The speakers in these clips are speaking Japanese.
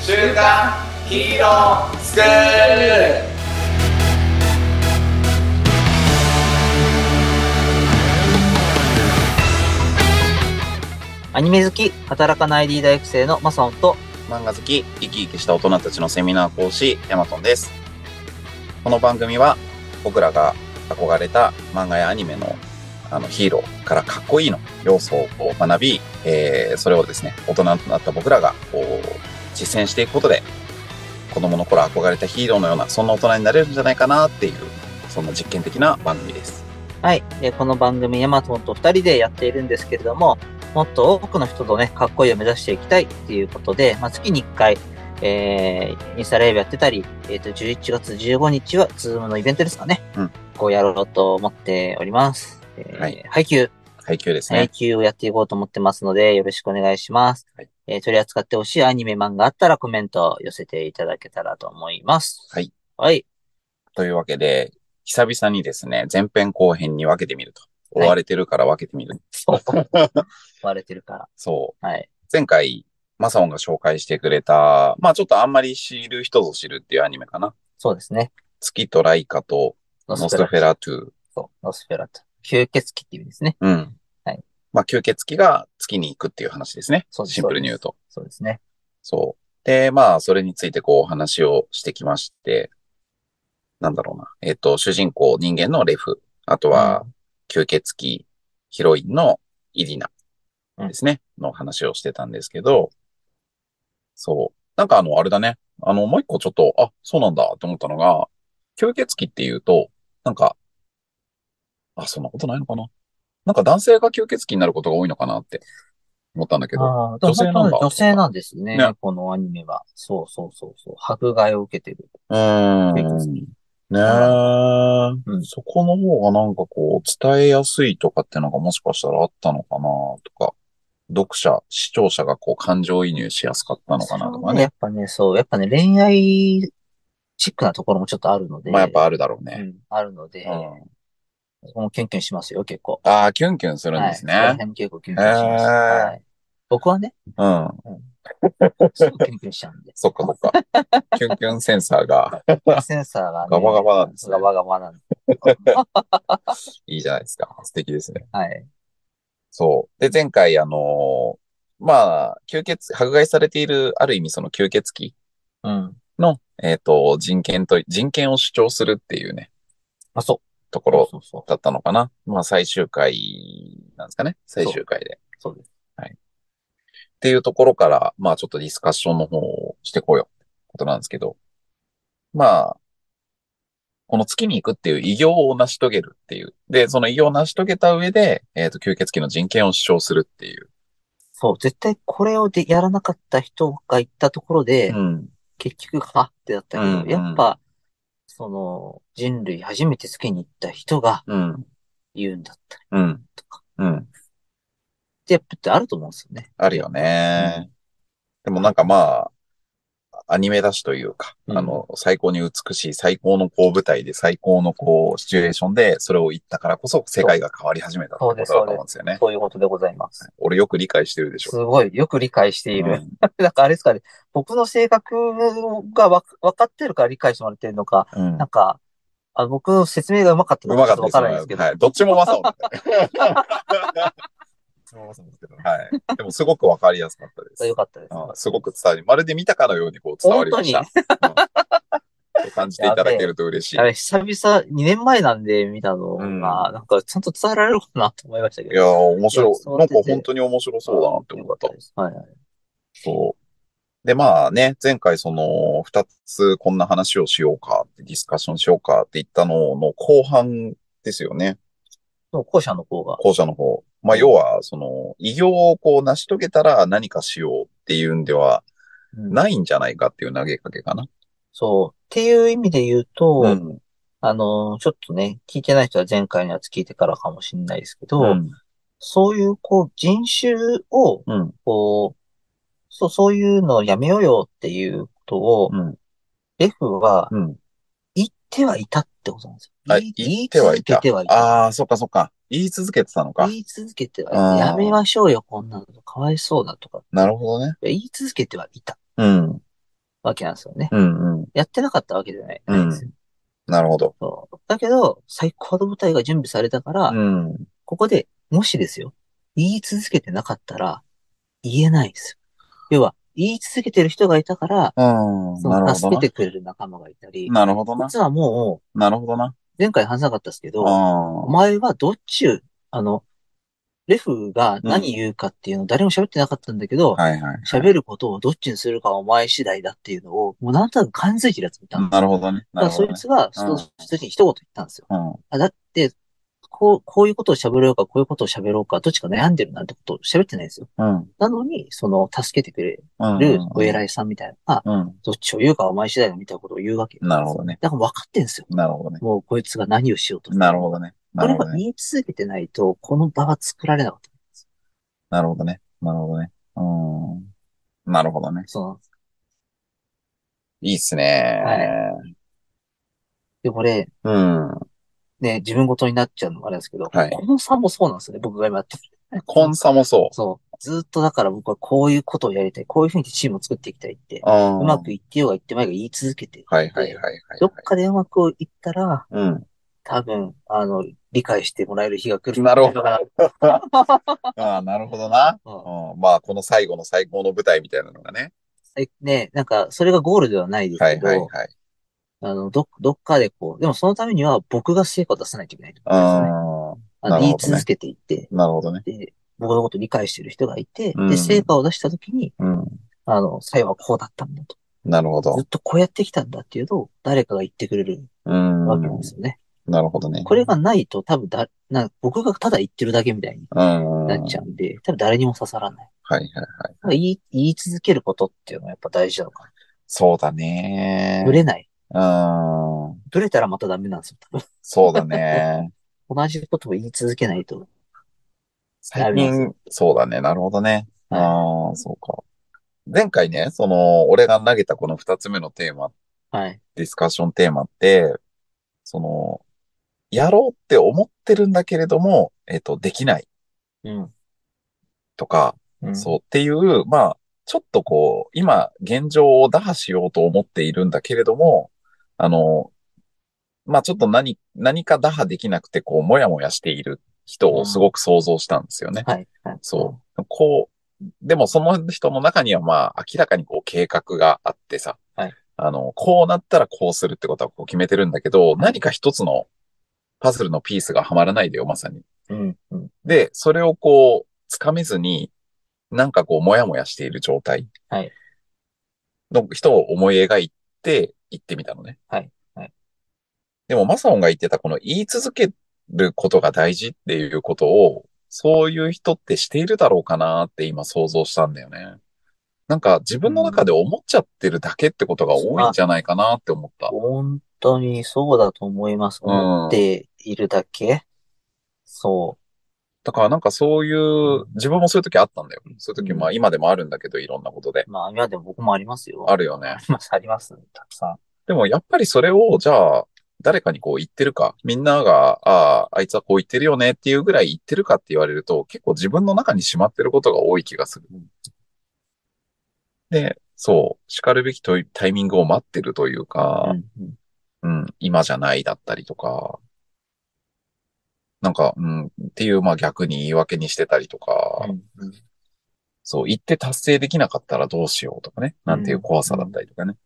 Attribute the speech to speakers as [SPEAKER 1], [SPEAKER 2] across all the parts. [SPEAKER 1] 週刊ヒーロースクール
[SPEAKER 2] アニメ好き、働かない D 大学生のマサオと、
[SPEAKER 1] 漫画好き、生き生きした大人たちのセミナー講師、ヤマトンです。この番組は、僕らが憧れた漫画やアニメのあのヒーローからかっこいいの要素を学び、えーそれをですね、大人となった僕らがこう実践していくことで、子供の頃憧れたヒーローのような、そんな大人になれるんじゃないかなっていう、そんな実験的な番組です。
[SPEAKER 2] はい。で、この番組、ヤマトンと二人でやっているんですけれども、もっと多くの人とね、かっこいいを目指していきたいっていうことで、まあ、月に1回、えー、インスタライブやってたり、えっ、と、11月15日は、ズームのイベントですかね。
[SPEAKER 1] うん。
[SPEAKER 2] こうやろうと思っております。えー、
[SPEAKER 1] はい
[SPEAKER 2] 配給、
[SPEAKER 1] 配給です
[SPEAKER 2] 配
[SPEAKER 1] ね。
[SPEAKER 2] 給をやっていこうと思ってますので、よろしくお願いします。
[SPEAKER 1] はい
[SPEAKER 2] えー取り扱ってほしいアニメ漫画あったらコメント寄せていただけたらと思います。
[SPEAKER 1] はい。
[SPEAKER 2] はい。
[SPEAKER 1] というわけで、久々にですね、前編後編に分けてみると。追われてるから分けてみる。
[SPEAKER 2] そう。 割れてるか
[SPEAKER 1] そう。
[SPEAKER 2] ら。はい。
[SPEAKER 1] 前回、マサオンが紹介してくれた、まあちょっとあんまり知る人ぞ知るっていうアニメかな。
[SPEAKER 2] そうですね。
[SPEAKER 1] 月とライカと
[SPEAKER 2] ノ
[SPEAKER 1] ノスフェラトゥ。
[SPEAKER 2] ト。ノスフェラト。吸血鬼っていう意味ですね。
[SPEAKER 1] うん。
[SPEAKER 2] はい。
[SPEAKER 1] まあ吸血鬼が月に行くっていう話ですね。
[SPEAKER 2] そうです
[SPEAKER 1] シンプルに言うと。
[SPEAKER 2] そうですね。
[SPEAKER 1] そう。で、まあそれについてこうお話をしてきまして、なんだろうな。えっ、と、主人公人間のレフ。あとは
[SPEAKER 2] う
[SPEAKER 1] 吸血鬼ヒロインのイリナですね、の話をしてたんですけど、そう。なんかあの、あれだね。あの、もう一個ちょっと、あ、そうなんだと思ったのが、吸血鬼っていうと、なんか、あ、そんなことないのかななんか男性が吸血鬼になることが多いのかなって思ったんだけど、
[SPEAKER 2] ああ、でも
[SPEAKER 1] 女性なんだ
[SPEAKER 2] 女性なんですね
[SPEAKER 1] ね
[SPEAKER 2] このアニメは。そうそうそうそう。迫害を受けてる。
[SPEAKER 1] うー
[SPEAKER 2] 吸血
[SPEAKER 1] ん。ねえ、
[SPEAKER 2] うん
[SPEAKER 1] そこの方がなんかこう、伝えやすいとかってのがもしかしたらあったのかなとか、読者、視聴者がこう感情移入しやすかったのかなとかね。
[SPEAKER 2] やっぱね、そう。やっぱね、恋愛チックなところもちょっとあるので。
[SPEAKER 1] まあやっぱあるだろう
[SPEAKER 2] う
[SPEAKER 1] ね。
[SPEAKER 2] ん、あるので、
[SPEAKER 1] うん。
[SPEAKER 2] 僕もキュンキュンしますよ、結構。
[SPEAKER 1] ああ、キュンキュンするんですね。
[SPEAKER 2] はい、そこら辺結構キュンキュンします。
[SPEAKER 1] へー
[SPEAKER 2] はい、僕はね、
[SPEAKER 1] うん。。
[SPEAKER 2] すぐキュンキュンしちゃうんで
[SPEAKER 1] そっかそっか。キュンキュンセンサーが
[SPEAKER 2] センサーが、ね、
[SPEAKER 1] ガバガバなんですね
[SPEAKER 2] ガバガバなんで。
[SPEAKER 1] いいじゃないです か。素敵ですね。
[SPEAKER 2] はい。
[SPEAKER 1] そう。で、前回、あのーまあ、吸血、迫害されている、ある意味その吸血鬼
[SPEAKER 2] うん。ま
[SPEAKER 1] の、えっ、と、人権と、人権を主張するっていうね、
[SPEAKER 2] あ、そう。
[SPEAKER 1] ところ
[SPEAKER 2] そうそう
[SPEAKER 1] だったのかな。まあ、最終回なんですかね。最終回で。っ
[SPEAKER 2] そう。そうです。
[SPEAKER 1] ていうところから、まあ、ちょっとディスカッションの方をしてこうよ。ことなんですけど。まあ、この月に行くっていう偉業を成し遂げるっていう。で、その偉業を成し遂げた上で、えっ、と、吸血鬼の人権を主張するっていう。
[SPEAKER 2] そう、絶対これをでやらなかった人が行ったところで、
[SPEAKER 1] うん。
[SPEAKER 2] 結局、はってだったけど、
[SPEAKER 1] うんうん
[SPEAKER 2] やっぱ、その、人類初めて月に行った人が
[SPEAKER 1] うん。
[SPEAKER 2] 言うんだったり
[SPEAKER 1] うん。
[SPEAKER 2] とか、
[SPEAKER 1] うん。
[SPEAKER 2] ってやっぱってあると思うんですよね。
[SPEAKER 1] あるよね。でもなんかまあ、アニメだしというか、
[SPEAKER 2] うん
[SPEAKER 1] あの、最高に美しい、最高のこう舞台で、最高のこうシチュエーションで、それを言ったからこそ世界が変わり始めたってことだと思うんですよね。
[SPEAKER 2] そういうことでございます。
[SPEAKER 1] 俺よく理解してるでし
[SPEAKER 2] す
[SPEAKER 1] ょ。
[SPEAKER 2] ごい、よく理解している。
[SPEAKER 1] うん
[SPEAKER 2] なんかあれですかね、僕の性格がわ分かってるから理解してもらってるのか、
[SPEAKER 1] うん
[SPEAKER 2] なんか、あ僕の説明がうまかった
[SPEAKER 1] う
[SPEAKER 2] のか
[SPEAKER 1] ま
[SPEAKER 2] ち
[SPEAKER 1] か
[SPEAKER 2] ょ
[SPEAKER 1] っ
[SPEAKER 2] ったと
[SPEAKER 1] で
[SPEAKER 2] わからないで
[SPEAKER 1] す
[SPEAKER 2] すけ ど、
[SPEAKER 1] はい。どっちもマサオだねどっちもマサオですけどはい。でもすごくわかりやすかったです。
[SPEAKER 2] よかったです。
[SPEAKER 1] うんすごく伝わり、まるで見たかのようにこう伝わりました。うん感じていただけると嬉しい。
[SPEAKER 2] あれ、久々、2年前なんで見たのが、
[SPEAKER 1] うん
[SPEAKER 2] なんかちゃんと伝えられるかなと思いましたけ
[SPEAKER 1] い
[SPEAKER 2] ど。
[SPEAKER 1] やー、面白い
[SPEAKER 2] いや。そう
[SPEAKER 1] なん
[SPEAKER 2] やって
[SPEAKER 1] か本当に面白そうだなって思った。
[SPEAKER 2] です。はいはい。
[SPEAKER 1] そう。で、まあね、前回その、二つこんな話をしようかって、ディスカッションしようかって言ったのの後半ですよね。
[SPEAKER 2] そう、後者の方が。
[SPEAKER 1] 後者の方。まあ要は、その、偉業をこう成し遂げたら何かしようっていうんでは
[SPEAKER 2] うん
[SPEAKER 1] ないんじゃないかっていう投げかけかな。
[SPEAKER 2] そう。っていう意味で言うと、
[SPEAKER 1] うん。
[SPEAKER 2] あの、ちょっとね、聞いてない人は前回のやつ聞いてからかもしれないですけど、
[SPEAKER 1] うん。
[SPEAKER 2] そういう、こう、人種を、
[SPEAKER 1] うん。
[SPEAKER 2] こう、そう、そういうのをやめようよっていうことを、
[SPEAKER 1] うん。
[SPEAKER 2] レフは
[SPEAKER 1] うん。
[SPEAKER 2] 言ってはいたってことなんですよ。
[SPEAKER 1] はい。言ってはい
[SPEAKER 2] 言い続
[SPEAKER 1] た。
[SPEAKER 2] けてはいた。
[SPEAKER 1] ああ、そっかそっか。言い続けてたのか。
[SPEAKER 2] 言い続けては
[SPEAKER 1] あ
[SPEAKER 2] い
[SPEAKER 1] ー
[SPEAKER 2] た。やめましょうよ、こんなの。かわいそうだとか。
[SPEAKER 1] なるほどね。
[SPEAKER 2] いや言い続けてはいた。
[SPEAKER 1] うん。
[SPEAKER 2] わけなんですよね。
[SPEAKER 1] うんうん。
[SPEAKER 2] やってなかったわけじゃない。
[SPEAKER 1] うんなるほど。
[SPEAKER 2] そうだけど、最高の舞台が準備されたから、
[SPEAKER 1] うん。
[SPEAKER 2] ここで、もしですよ、言い続けてなかったら、言えないですよ。要は、言い続けてる人がいたから、
[SPEAKER 1] うん。
[SPEAKER 2] そ
[SPEAKER 1] なる
[SPEAKER 2] の
[SPEAKER 1] ほど
[SPEAKER 2] 助け
[SPEAKER 1] な。
[SPEAKER 2] てくれる仲間がいたり、
[SPEAKER 1] なるほどな。
[SPEAKER 2] 実はもう、
[SPEAKER 1] なるほどな。
[SPEAKER 2] 前回話さなかったですけど、お
[SPEAKER 1] あ
[SPEAKER 2] 前はどっちゅう、あの、レフが何言うかっていうのを誰も喋ってなかったんだけど
[SPEAKER 1] あ。、はいはい。
[SPEAKER 2] 喋、ることをどっちにするかはお前次第だっていうのを、もうなんとなく感づいてるやつみたいな。
[SPEAKER 1] なるほどね。
[SPEAKER 2] だから
[SPEAKER 1] なるほ
[SPEAKER 2] そ
[SPEAKER 1] ど、ね
[SPEAKER 2] い。つが、
[SPEAKER 1] うん
[SPEAKER 2] その時に一言言ったんですよ。
[SPEAKER 1] うん。
[SPEAKER 2] あだって、こう、こういうことを喋ろうか、こういうことを喋ろうか、どっちか悩んでるなんてことを喋ってないですよ。
[SPEAKER 1] うん。
[SPEAKER 2] なのに、その、助けてくれ
[SPEAKER 1] うん。
[SPEAKER 2] るお偉いさんみたいなのが、
[SPEAKER 1] うん。
[SPEAKER 2] どっちを言うかお前次第だみたいなことを言うわけ。
[SPEAKER 1] なるほどね。
[SPEAKER 2] だから分かってんですよ。
[SPEAKER 1] なるほどね。
[SPEAKER 2] もうこいつが何をしようと。
[SPEAKER 1] なるほどね。な
[SPEAKER 2] これ
[SPEAKER 1] るほ
[SPEAKER 2] は
[SPEAKER 1] どね。
[SPEAKER 2] 言い続けてないと、この場は作られなかったんです。
[SPEAKER 1] なるほどね。なるほどね。うん。なるほどね。
[SPEAKER 2] そうなんです。
[SPEAKER 1] いいっすね。
[SPEAKER 2] で、これ、
[SPEAKER 1] うん。
[SPEAKER 2] ね、自分ごとになっちゃうのもあれですけど、
[SPEAKER 1] はい
[SPEAKER 2] この差もそうなんですよね、僕が今やってる。
[SPEAKER 1] コンサもそ
[SPEAKER 2] そう。ずっとだから僕はこういうことをやりたい、こういうふうにチームを作っていきたいって、
[SPEAKER 1] う。うん。
[SPEAKER 2] うまくいってようがいってまいが言い続けて、
[SPEAKER 1] はいはいはいはい。
[SPEAKER 2] どっかでうまくいったら、
[SPEAKER 1] うん。
[SPEAKER 2] 多分、あの、理解してもらえる日が来る。
[SPEAKER 1] なるほど
[SPEAKER 2] だから
[SPEAKER 1] ああ、なるほどな。
[SPEAKER 2] うん
[SPEAKER 1] うん。まあ、この最後の最高の舞台みたいなのがね。
[SPEAKER 2] えね、なんか、それがゴールではないです
[SPEAKER 1] は
[SPEAKER 2] け
[SPEAKER 1] い
[SPEAKER 2] ど、
[SPEAKER 1] はいはい。
[SPEAKER 2] あの、ど、どっかでこう、でもそのためには僕が成果を出さないといけないと思うんですよね。
[SPEAKER 1] う
[SPEAKER 2] あの
[SPEAKER 1] なる
[SPEAKER 2] 言い
[SPEAKER 1] ほどね
[SPEAKER 2] 続けていって、
[SPEAKER 1] ん。なるほどね。
[SPEAKER 2] で、僕のことを理解してる人がいて、
[SPEAKER 1] うん
[SPEAKER 2] で、成果を出したときに、
[SPEAKER 1] うん。
[SPEAKER 2] あの、最後はこうだったんだと。
[SPEAKER 1] なるほど
[SPEAKER 2] ずっ。とこうやってきたんだっていうのを誰かが言ってくれる
[SPEAKER 1] うん。
[SPEAKER 2] わけなんですよね。
[SPEAKER 1] なるほどね。
[SPEAKER 2] これがないと多分だ、な僕がただ言ってるだけみたいに
[SPEAKER 1] うん。
[SPEAKER 2] なっちゃうんで、多分誰にも刺さらない。
[SPEAKER 1] はいはいはい。
[SPEAKER 2] だから言い言い続けることっていうのはやっぱ大事なのか
[SPEAKER 1] そうだね
[SPEAKER 2] な。。ぶれない。
[SPEAKER 1] うん。
[SPEAKER 2] ぶれたらまたダメなんですよ多分。
[SPEAKER 1] そう だね。
[SPEAKER 2] 同じことを言い続けないと。
[SPEAKER 1] 最近、そうだね。なるほどね。
[SPEAKER 2] はい
[SPEAKER 1] ああ、そうか。前回ね、その、俺が投げたこの二つ目のテーマ、
[SPEAKER 2] はい。
[SPEAKER 1] ディスカッションテーマって、その、やろうって思ってるんだけれども、えっと、できない
[SPEAKER 2] うん。
[SPEAKER 1] とか、
[SPEAKER 2] うん
[SPEAKER 1] そうっていう、まあ、ちょっとこう、今、現状を打破しようと思っているんだけれども、あの、まあちょっと何、何か打破できなくて、こう、もやもやしている人をすごく想像したんですよね。
[SPEAKER 2] はい。はい。
[SPEAKER 1] そう。こう、でもその人の中にはまあ明らかにこう計画があってさ、
[SPEAKER 2] はい
[SPEAKER 1] あの、こうなったらこうするってことはこう決めてるんだけど、何か一つのパズルのピースがはまらないでよ、まさに。
[SPEAKER 2] う。うん。うん。
[SPEAKER 1] で、それをこう、つかめずに、なんかこう、もやもやしている状態
[SPEAKER 2] はい
[SPEAKER 1] の人を思い描いて行ってみたのね。
[SPEAKER 2] はいはい
[SPEAKER 1] でも、マサオンが言ってた、この言い続けることが大事っていうことを、そういう人ってしているだろうかなって今想像したんだよね。なんか自分の中で思っちゃってるだけってことが多いんじゃないかなって思った。
[SPEAKER 2] 本当にそうだと思います。
[SPEAKER 1] うん
[SPEAKER 2] 思っているだけ。そ
[SPEAKER 1] だからなんかそういう、自分もそういう時あったんだよ。そういう時、まあ今でもあるんだけど、いろんなことで。
[SPEAKER 2] う。まあ、今でも僕もありますよ。
[SPEAKER 1] あ
[SPEAKER 2] る。
[SPEAKER 1] るよね
[SPEAKER 2] あ。ります、 あります。たくさん。
[SPEAKER 1] でもやっぱりそれを、じゃあ、誰かにこう言ってるか、みんなが、ああ、あいつはこう言ってるよねっていうぐらい言ってるかって言われると、結構自分の中にしまってることが多い気がする。で、そう、叱るべきといタイミングを待ってるというか、
[SPEAKER 2] うん
[SPEAKER 1] うん、今じゃないだったりとか、なんか、うん、っていう、まあ逆に言い訳にしてたりとか、
[SPEAKER 2] うん
[SPEAKER 1] そう、言って達成できなかったらどうしようとかね、なんていう怖さだったりとかね。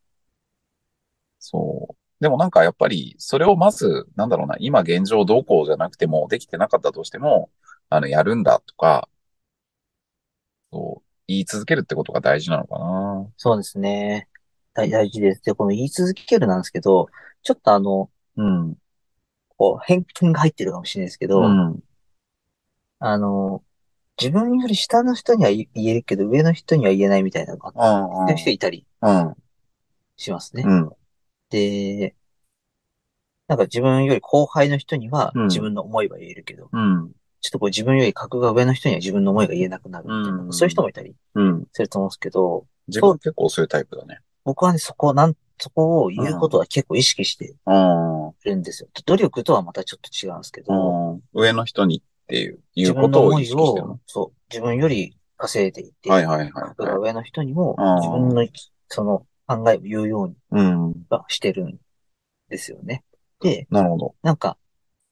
[SPEAKER 1] そう。でもなんかやっぱり、それをまず、なんだろうな、今現状どうこうじゃなくても、できてなかったとしても、あの、やるんだとか、そう、言い続けるってことが大事なのかな。
[SPEAKER 2] そうですね。大大事です。で、この言い続けるなんですけど、ちょっとあの、
[SPEAKER 1] うん。
[SPEAKER 2] こう、偏見が入ってるかもしれないですけど、
[SPEAKER 1] うん。
[SPEAKER 2] あの、自分より下の人には言言えるけど、上の人には言えないみたいなのが、そ
[SPEAKER 1] うん。
[SPEAKER 2] ういう人いたり
[SPEAKER 1] うん。
[SPEAKER 2] しますね。
[SPEAKER 1] うん。
[SPEAKER 2] で、なんか自分より後輩の人には
[SPEAKER 1] うん
[SPEAKER 2] 自分の思いは言えるけど、
[SPEAKER 1] うん。
[SPEAKER 2] ちょっとこう自分より格が上の人には自分の思いが言えなくなるみたいな、
[SPEAKER 1] うん
[SPEAKER 2] そういう人もいたり
[SPEAKER 1] うん。
[SPEAKER 2] すると思うんですけど、
[SPEAKER 1] 自分結構そういうタイプだね。
[SPEAKER 2] 僕はね、そこをなん、そこを言うことは結構意識して
[SPEAKER 1] うん。う
[SPEAKER 2] るんですよ。努力とはまたちょっと違うんですけど、
[SPEAKER 1] ん。上の人にっていう、い
[SPEAKER 2] 自
[SPEAKER 1] うこ
[SPEAKER 2] 分の
[SPEAKER 1] とを
[SPEAKER 2] 思
[SPEAKER 1] 意
[SPEAKER 2] い
[SPEAKER 1] 識してる
[SPEAKER 2] を
[SPEAKER 1] の。、
[SPEAKER 2] そう、自分より稼いでいて、
[SPEAKER 1] はいはいはい
[SPEAKER 2] 格が上の人にも
[SPEAKER 1] うん、
[SPEAKER 2] 自分の、その、考えを言うように
[SPEAKER 1] うん。
[SPEAKER 2] はしてるんですよね。で、
[SPEAKER 1] なるほど。
[SPEAKER 2] なんか、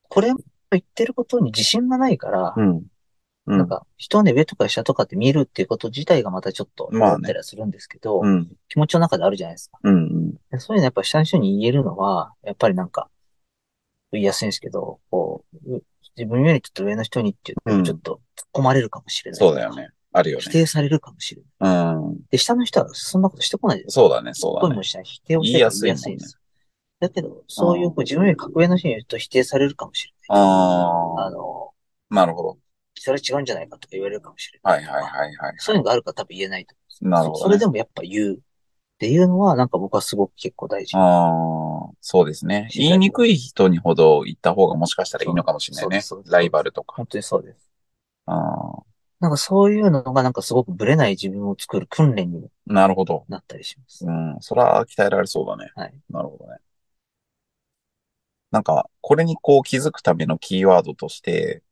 [SPEAKER 2] これを言ってることに自信がないから、
[SPEAKER 1] うん。う
[SPEAKER 2] なん
[SPEAKER 1] ん。
[SPEAKER 2] か、人をね、上とか下とかって見るっていうこと自体がまたちょっと、
[SPEAKER 1] まあね
[SPEAKER 2] 思ったりはするんですけど、
[SPEAKER 1] うん。
[SPEAKER 2] 気持ちの中であるじゃないですか。
[SPEAKER 1] うん。うん
[SPEAKER 2] でそういうのやっぱ下の人に言えるのは、やっぱりなんか、言いやすいんですけど、こう、う自分よりちょっと上の人にっていう
[SPEAKER 1] うん
[SPEAKER 2] と、ちょっと突っ込まれるかもしれない、
[SPEAKER 1] そうだよ。ね。あるよ
[SPEAKER 2] 否
[SPEAKER 1] ね。
[SPEAKER 2] 定されるかもしれない。
[SPEAKER 1] うん。
[SPEAKER 2] で、下の人はそんなことしてこないです。
[SPEAKER 1] そうだね、そうだ
[SPEAKER 2] 声
[SPEAKER 1] ね
[SPEAKER 2] も。しない。否定をし
[SPEAKER 1] 言い
[SPEAKER 2] て
[SPEAKER 1] やすい
[SPEAKER 2] 言いやすいんです。だけど、そういう、こう、自分より格上の人に言うと否定されるかもしれない。
[SPEAKER 1] あ
[SPEAKER 2] あ
[SPEAKER 1] あ、
[SPEAKER 2] の、
[SPEAKER 1] なるほど。
[SPEAKER 2] それ違うんじゃないかとか言われるかもしれない。
[SPEAKER 1] はいはいはいはい。
[SPEAKER 2] そういうのがあるから多分言えないと思
[SPEAKER 1] なる
[SPEAKER 2] うんです
[SPEAKER 1] ほ
[SPEAKER 2] そ
[SPEAKER 1] ど、ね。
[SPEAKER 2] れでもやっぱ言うっていうのは、なんか僕はすごく結構大事。
[SPEAKER 1] ああ、そうですね。言いにくい人にほど言った方がもしかしたらいいのかもしれないね
[SPEAKER 2] そうそうで。す
[SPEAKER 1] ライバルとか。
[SPEAKER 2] 本当にそうです。
[SPEAKER 1] ああ、
[SPEAKER 2] なんかそういうのがなんかすごくブレない自分を作る訓練にも
[SPEAKER 1] なるほど。
[SPEAKER 2] なったりします。
[SPEAKER 1] うん、それは鍛えられそうだね。
[SPEAKER 2] はい。
[SPEAKER 1] なるほどね。なんか、これにこう気づくためのキーワードとして、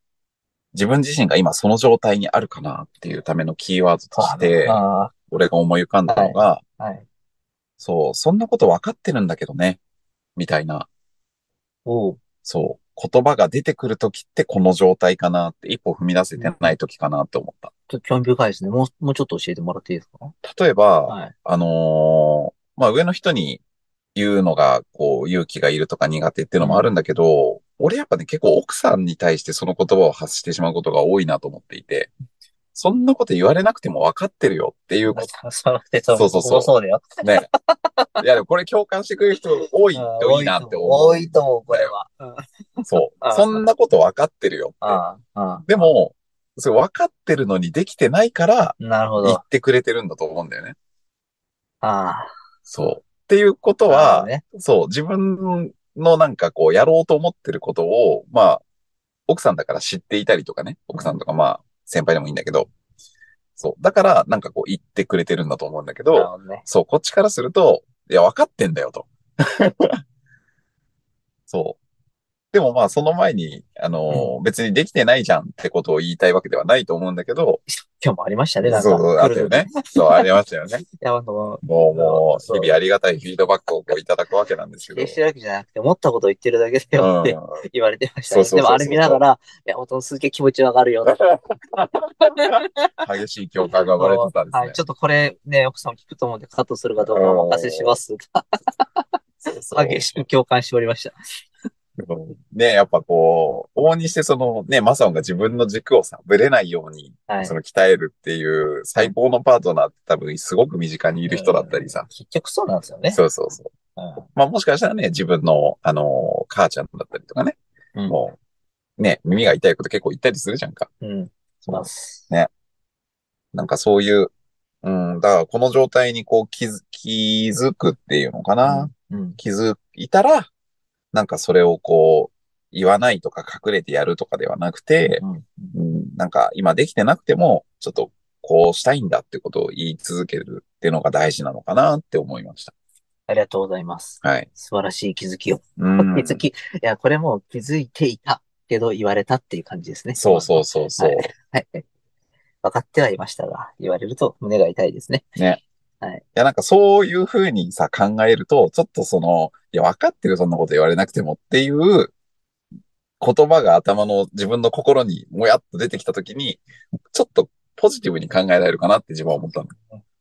[SPEAKER 1] 自分自身が今その状態にあるかなっていうためのキーワードとして、
[SPEAKER 2] あ
[SPEAKER 1] 俺が思い浮かんだのが、
[SPEAKER 2] あ、はい。
[SPEAKER 1] そう、そんなこと分かってるんだけどね、みたいな、
[SPEAKER 2] おう
[SPEAKER 1] そう、言葉が出てくるときってこの状態かなって、一歩踏み出せてないときかなって思った。
[SPEAKER 2] ちょっと興味深いですね。もう、もうちょっと教えてもらっていいですか
[SPEAKER 1] 例えば、
[SPEAKER 2] はい。
[SPEAKER 1] あのーまあ、上の人に言うのが、こう、勇気がいるとか苦手っていうのもあるんだけど、俺やっぱね、結構奥さんに対してその言葉を発してしまうことが多いなと思っていて、そんなこと言われなくても分かってるよっていうこ
[SPEAKER 2] そうそう
[SPEAKER 1] そうそうそう
[SPEAKER 2] そうだよ。
[SPEAKER 1] と ね。いや、でもこれ共感してくれる人多いといいなって思う。
[SPEAKER 2] 多いと思う、これは。うん
[SPEAKER 1] そう
[SPEAKER 2] あ。ー
[SPEAKER 1] そんなこと分かってるよっ
[SPEAKER 2] ああ、ああ
[SPEAKER 1] て。でも、それ分かってるのにできてないから、
[SPEAKER 2] なるほど。
[SPEAKER 1] 言
[SPEAKER 2] あ
[SPEAKER 1] ってくれてるんだと思うんだよね。
[SPEAKER 2] あ。
[SPEAKER 1] そう。っていうこと
[SPEAKER 2] なるほ
[SPEAKER 1] は
[SPEAKER 2] ど、ね、
[SPEAKER 1] そう、自分のなんかこう、やろうと思ってることを、まあ、奥さんだから知っていたりとかね、奥さんとかまあ、先輩でもいいんだけど、そう、だからなんかこう、言ってくれてるんだと思うんだけ
[SPEAKER 2] なる
[SPEAKER 1] ど、
[SPEAKER 2] ほどね。
[SPEAKER 1] そう、こっちからすると、いや、分かってんだ よと。そう。でもまあ、その前に、あのー別にできてないじゃんってことを言いたいわけではないと思うんだけど、
[SPEAKER 2] 今日もありました
[SPEAKER 1] そ
[SPEAKER 2] ね、
[SPEAKER 1] う
[SPEAKER 2] なんか。
[SPEAKER 1] そう、あったよね。そう、ありましたよ ね。
[SPEAKER 2] いや、あの、
[SPEAKER 1] もう、もう、
[SPEAKER 2] そう
[SPEAKER 1] 日々ありがたいフィードバックをこういただくわけなんです
[SPEAKER 2] 否
[SPEAKER 1] けど
[SPEAKER 2] 定し。てるわけじゃなくて、思ったことを言ってるだけだよって
[SPEAKER 1] うん
[SPEAKER 2] 言われてましたね。
[SPEAKER 1] そうそう
[SPEAKER 2] で
[SPEAKER 1] そうそう
[SPEAKER 2] もあれ見ながら、いや、本当すげえ気持ちわかるよなって
[SPEAKER 1] 激しい共感が生まれてたんですね。
[SPEAKER 2] はい、ちょっとこれね、奥さん聞くと思うんでカットするかどうかお任せしますが、激しく共感しておりました。
[SPEAKER 1] ねやっぱこう、往々にしてそのね、マサオンが自分の軸をさ、ぶれないように、
[SPEAKER 2] はい
[SPEAKER 1] そ。の鍛えるっていう最高のパートナーって多分すごく身近にいる人だったりさ。
[SPEAKER 2] 結局そうなんですよね。
[SPEAKER 1] そうそうそう。まあもしかしたらね、自分の、あの、母ちゃんだったりとかね、
[SPEAKER 2] うん。
[SPEAKER 1] もう、ね、耳が痛いこと結構言ったりするじゃんか。
[SPEAKER 2] うん。
[SPEAKER 1] そう
[SPEAKER 2] ます。
[SPEAKER 1] なんかそういう、うん、だからこの状態にこう気づ、気づくっていうのかな。
[SPEAKER 2] うん。
[SPEAKER 1] 気づいたら、なんかそれをこう、言わないとか隠れてやるとかではなくて、
[SPEAKER 2] うん。
[SPEAKER 1] うんなんか今できてなくても、ちょっとこうしたいんだってことを言い続けるっていうのが大事なのかなって思いました。
[SPEAKER 2] ありがとうございます。
[SPEAKER 1] はい。
[SPEAKER 2] 素晴らしい気づきを。
[SPEAKER 1] うん
[SPEAKER 2] 気づき。いや、これも気づいていたけど言われたっていう感じですね。
[SPEAKER 1] そうそうそうそう。
[SPEAKER 2] はいはい。分かってはいましたが、言われると胸が痛いですね。
[SPEAKER 1] いや、なんかそういうふうにさ、考えると、ちょっとその、いや、分かってる、そんなこと言われなくてもっていう、言葉が頭の自分の心にもやっと出てきたときに、ちょっとポジティブに考えられるかなって自分は思ったの。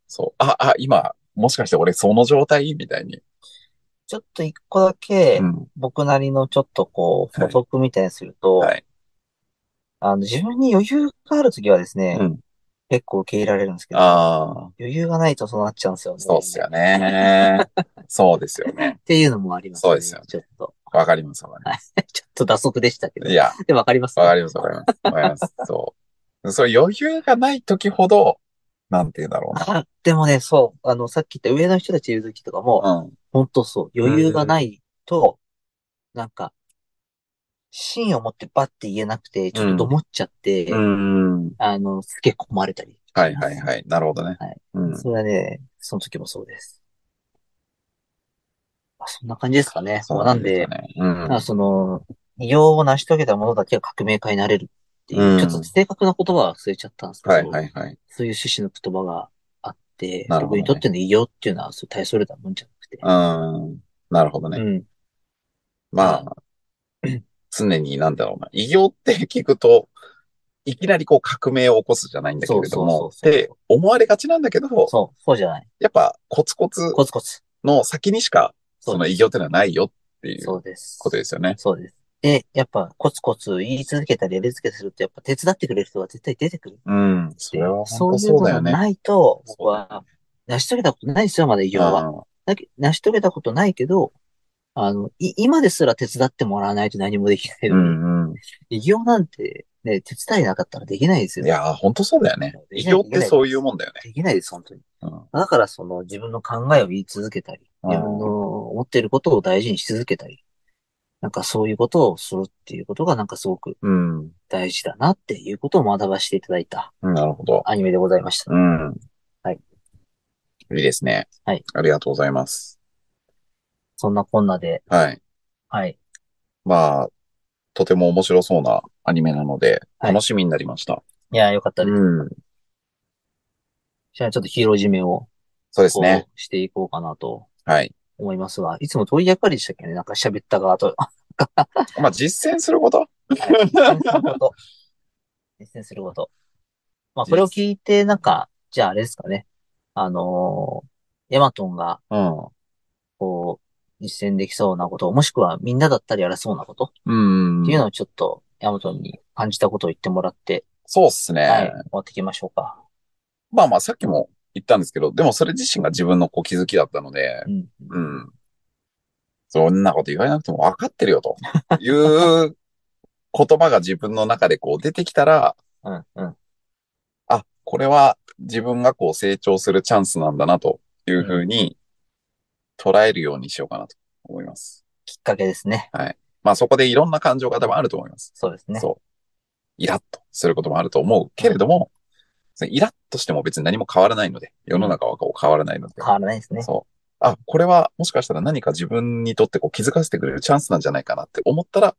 [SPEAKER 1] そう。あ、あ、今、もしかして俺その状態みたいに。
[SPEAKER 2] ちょっと一個だけ、
[SPEAKER 1] うん。
[SPEAKER 2] 僕なりのちょっとこう、
[SPEAKER 1] は
[SPEAKER 2] 補足
[SPEAKER 1] い
[SPEAKER 2] みたいにすると、
[SPEAKER 1] はい。
[SPEAKER 2] あの、自分に余裕があるときはですね、
[SPEAKER 1] うん
[SPEAKER 2] 結構受け入れられるんですけど、
[SPEAKER 1] ああ、
[SPEAKER 2] 余裕がないとそうなっちゃうんですよね。
[SPEAKER 1] そうっすよね。そうですよね
[SPEAKER 2] っ。ていうのもありますね。
[SPEAKER 1] そうですよね
[SPEAKER 2] ちょっと。
[SPEAKER 1] わかります、わかりま
[SPEAKER 2] ちょっと打足でしたけど。
[SPEAKER 1] す。いや、
[SPEAKER 2] で、わかります
[SPEAKER 1] わかります、わかります。わかります。そう。そう、余裕がない時ほど、なんて言うんだろうな。
[SPEAKER 2] あでもね、そう、あの、さっき言った上の人たちいるときとかも、
[SPEAKER 1] うん。
[SPEAKER 2] 本当そう、余裕がないと、なんか、芯を持ってバッて言えなくて、ちょっとどもっちゃって、
[SPEAKER 1] うん。
[SPEAKER 2] あの、すげえ困れたり。
[SPEAKER 1] はいはいはい。なるほどね。
[SPEAKER 2] はい
[SPEAKER 1] うん。
[SPEAKER 2] それはね、その時もそうです。まあ、そんな感じですかね。まあなんで、
[SPEAKER 1] ね。うん。
[SPEAKER 2] まあその、異様を成し遂げたものだけは革命家になれるっていう、
[SPEAKER 1] うん
[SPEAKER 2] ちょっと正確な言葉は忘れちゃったんですけど、
[SPEAKER 1] はいはいはい。
[SPEAKER 2] そういう趣旨の言葉があっって、
[SPEAKER 1] なるほ
[SPEAKER 2] 僕
[SPEAKER 1] どね
[SPEAKER 2] にとっての偉業っていうのは、そう大それたもんじゃなくて。
[SPEAKER 1] うん。なるほどね。
[SPEAKER 2] うん。
[SPEAKER 1] まあ、常になんだろうな。異業って聞くと、いきなりこう革命を起こすじゃないんだけれども、っ
[SPEAKER 2] そうそうそうそう
[SPEAKER 1] て思われがちなんだけど、
[SPEAKER 2] そう、そうじゃない。
[SPEAKER 1] やっぱコツコツ
[SPEAKER 2] コツコツ。
[SPEAKER 1] の先にしか、
[SPEAKER 2] そう
[SPEAKER 1] その異業ってのはないよっていう
[SPEAKER 2] そうです。
[SPEAKER 1] ことですよね。
[SPEAKER 2] そうです。で、やっぱコツコツ言い続けたりやり続けたりすると、やっぱ手伝ってくれる人が絶対出てくる。
[SPEAKER 1] うん。それは本当そうだよ
[SPEAKER 2] いのが
[SPEAKER 1] ね。
[SPEAKER 2] ないと、僕は、成し遂げたことないですよ、まだ偉業は。
[SPEAKER 1] うん
[SPEAKER 2] だけ成し遂げたことないけど、あの、い、今ですら手伝ってもらわないと何もできない。
[SPEAKER 1] うんうん。
[SPEAKER 2] 偉業なんて、ね、手伝いなかったらできないですよ。
[SPEAKER 1] いやー、本当そうだよね。異業ってそういうもんだよね。
[SPEAKER 2] できないです、本当に。
[SPEAKER 1] うん
[SPEAKER 2] だから、その、自分の考えを言い続けたり、
[SPEAKER 1] うん
[SPEAKER 2] 自分の思っていることを大事にし続けたり、なんかそういうことをするっていうことが、なんかすごく
[SPEAKER 1] うん。
[SPEAKER 2] 大事だなっていうことを学ばせていただいた
[SPEAKER 1] なるほど。
[SPEAKER 2] アニメでございました。
[SPEAKER 1] うん。
[SPEAKER 2] はい。
[SPEAKER 1] いいですね。
[SPEAKER 2] はい。
[SPEAKER 1] ありがとうございます。
[SPEAKER 2] そんなこんなで、
[SPEAKER 1] はい。
[SPEAKER 2] はい。
[SPEAKER 1] まあ、とても面白そうなアニメなので、
[SPEAKER 2] はい
[SPEAKER 1] 楽しみになりました。
[SPEAKER 2] いや、よかったです。
[SPEAKER 1] うん。
[SPEAKER 2] じゃあ、ちょっとヒーロー締めを、
[SPEAKER 1] そうですね。
[SPEAKER 2] こうしていこうかなと
[SPEAKER 1] はい。
[SPEAKER 2] 思いますが、いつもどういう役割でしたっけねなんか喋った側と、
[SPEAKER 1] まあ、実践すること
[SPEAKER 2] はい実践すること。実践すること。まあ、これを聞いて、なんか、じゃああれですかね。あのーヤマトンが、こう、実践できそうなこと、もしくはみんなだったらやらそうなこと
[SPEAKER 1] うん。
[SPEAKER 2] っていう
[SPEAKER 1] うん。
[SPEAKER 2] のをちょっと、ヤマトンに感じたことを言ってもらって、
[SPEAKER 1] そうっすね。
[SPEAKER 2] はい、終わっていきましょうか。
[SPEAKER 1] まあまあ、さっきも言ったんですけど、でもそれ自身が自分のこう気づきだったので、
[SPEAKER 2] うん。
[SPEAKER 1] うん。そんなこと言われなくても分かってるよという言葉が自分の中でこう出てきたら、
[SPEAKER 2] うん、うん。
[SPEAKER 1] あ、これは自分がこう成長するチャンスなんだなというふうに捉えるようにしようかなと思います。
[SPEAKER 2] きっかけですね。
[SPEAKER 1] まあそこでいろんな感情が多分あると思います。
[SPEAKER 2] そうですね。
[SPEAKER 1] そう。イラッとすることもあると思うけれども、そのイラッとしても別に何も変わらないので、世の中はこう変わらないので。
[SPEAKER 2] 変わらないですね。
[SPEAKER 1] そう。あ、これはもしかしたら何か自分にとってこう気づかせてくれるチャンスなんじゃないかなって思ったら、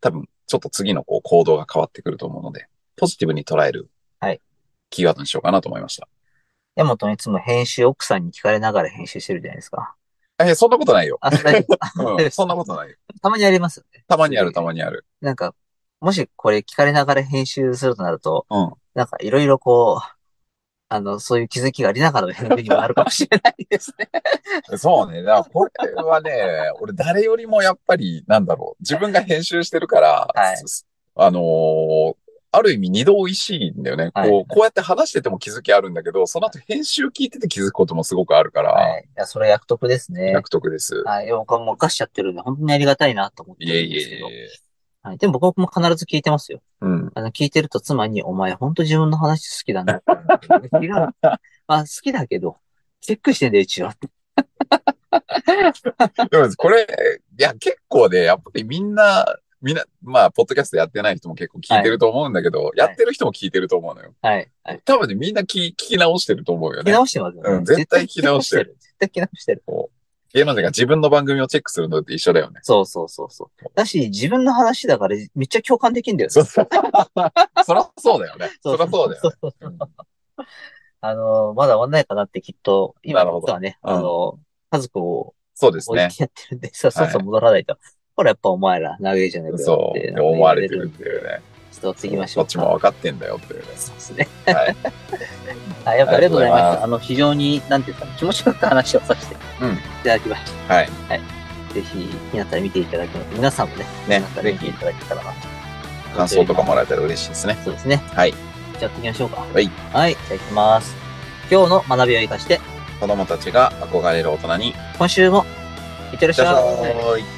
[SPEAKER 1] 多分ちょっと次のこう行動が変わってくると思うので、ポジティブに捉える。
[SPEAKER 2] はい。
[SPEAKER 1] キーワードにしようかなと思いました。
[SPEAKER 2] ヤマトンいつも編集奥さんに聞かれながら編集してるじゃないですか。
[SPEAKER 1] え、そんなことな いよ。
[SPEAKER 2] あ、大丈夫大丈夫
[SPEAKER 1] う
[SPEAKER 2] で
[SPEAKER 1] ん、
[SPEAKER 2] す
[SPEAKER 1] そんなことないよ。
[SPEAKER 2] たまにありますよね。
[SPEAKER 1] たまにある、たまにある。
[SPEAKER 2] なんか、もしこれ聞かれながら編集するとなると、
[SPEAKER 1] うん。
[SPEAKER 2] なんかいろいろこう、あの、そういう気づきがありながらの編集にもなるかもしれないです ね。
[SPEAKER 1] そうね。だからこれはね、 俺誰よりもやっぱり、なんだろう。自分が編集してるから、
[SPEAKER 2] はい
[SPEAKER 1] すあのーある意味二度美味しいんだよね。
[SPEAKER 2] はい
[SPEAKER 1] こう、こうやって話してても気づきあるんだけど、その後編集聞いてて気づくこともすごくあるから、
[SPEAKER 2] はい。いや、それは役得ですね。
[SPEAKER 1] 役得です。
[SPEAKER 2] はい。いや僕はもう犯しちゃってるんで、本当にありがたいなと思って
[SPEAKER 1] いえ
[SPEAKER 2] るん
[SPEAKER 1] い
[SPEAKER 2] ですけ
[SPEAKER 1] えい
[SPEAKER 2] ど。
[SPEAKER 1] え。
[SPEAKER 2] はい。でも僕も必ず聞いてますよ。
[SPEAKER 1] うん。
[SPEAKER 2] あの、聞いてると妻に、お前本当自分の話好きだな って言うんだけど。違う。まあ、好きだけど、チェックしてんだよ、一応。
[SPEAKER 1] でもこれ、いや、結構ね、やっぱりみんな、みんな、まあ、ポッドキャストやってない人も結構聞いてると思うんだけど、やってる人も聞いてると思うのよ。
[SPEAKER 2] はい。はい。
[SPEAKER 1] 多分ね、みんな聞聞き直してると思うよ
[SPEAKER 2] 聞き
[SPEAKER 1] ね。
[SPEAKER 2] 直してますよね。
[SPEAKER 1] うん絶対聞き直して
[SPEAKER 2] る。絶対聞き直してる。
[SPEAKER 1] 芸能人が自分の番組をチェックするのって一緒だ よね。
[SPEAKER 2] そうそうそうそう。だし、自分の話だからめっちゃ共感できるんだよね。
[SPEAKER 1] そそらそうだよね。そらそうだよね。
[SPEAKER 2] そうそうあの、まだ終わんないかなってきっと、今
[SPEAKER 1] なるほど
[SPEAKER 2] 僕はね、
[SPEAKER 1] うん
[SPEAKER 2] あの、家族を
[SPEAKER 1] そうです
[SPEAKER 2] 置い
[SPEAKER 1] ね。
[SPEAKER 2] てやってるんで、さっさと戻らないと。ほら、やっぱお前ら、長いじゃないかよ
[SPEAKER 1] そ
[SPEAKER 2] って
[SPEAKER 1] う。思われてるっていうね。
[SPEAKER 2] ちょっと次行きましょ
[SPEAKER 1] こ
[SPEAKER 2] う
[SPEAKER 1] っ
[SPEAKER 2] か。
[SPEAKER 1] ちも分かってんだよっていうね。
[SPEAKER 2] そうですね。
[SPEAKER 1] はい。
[SPEAKER 2] はい、やっぱありがとうございま
[SPEAKER 1] ありがとうございま
[SPEAKER 2] し
[SPEAKER 1] す
[SPEAKER 2] た。あの、非常に、なんていうか、気持ちよく話をさせて、
[SPEAKER 1] うん
[SPEAKER 2] いただきまし
[SPEAKER 1] はい。
[SPEAKER 2] た。ぜひ、気になったら見ていただくので、皆さんもね、
[SPEAKER 1] ね
[SPEAKER 2] なんか
[SPEAKER 1] ぜ
[SPEAKER 2] 見て
[SPEAKER 1] ひ
[SPEAKER 2] いただけたらなと。
[SPEAKER 1] 感想とかもらえたら嬉しいですね。
[SPEAKER 2] そうですね。
[SPEAKER 1] はい。。
[SPEAKER 2] じゃあ、行きましょうか。はいはい、じゃあ行きます。今日の学びを生かして、
[SPEAKER 1] 子供たちが憧れる大人に。
[SPEAKER 2] 今週も、いってらっし
[SPEAKER 1] じゃ
[SPEAKER 2] ゃい。
[SPEAKER 1] ーい。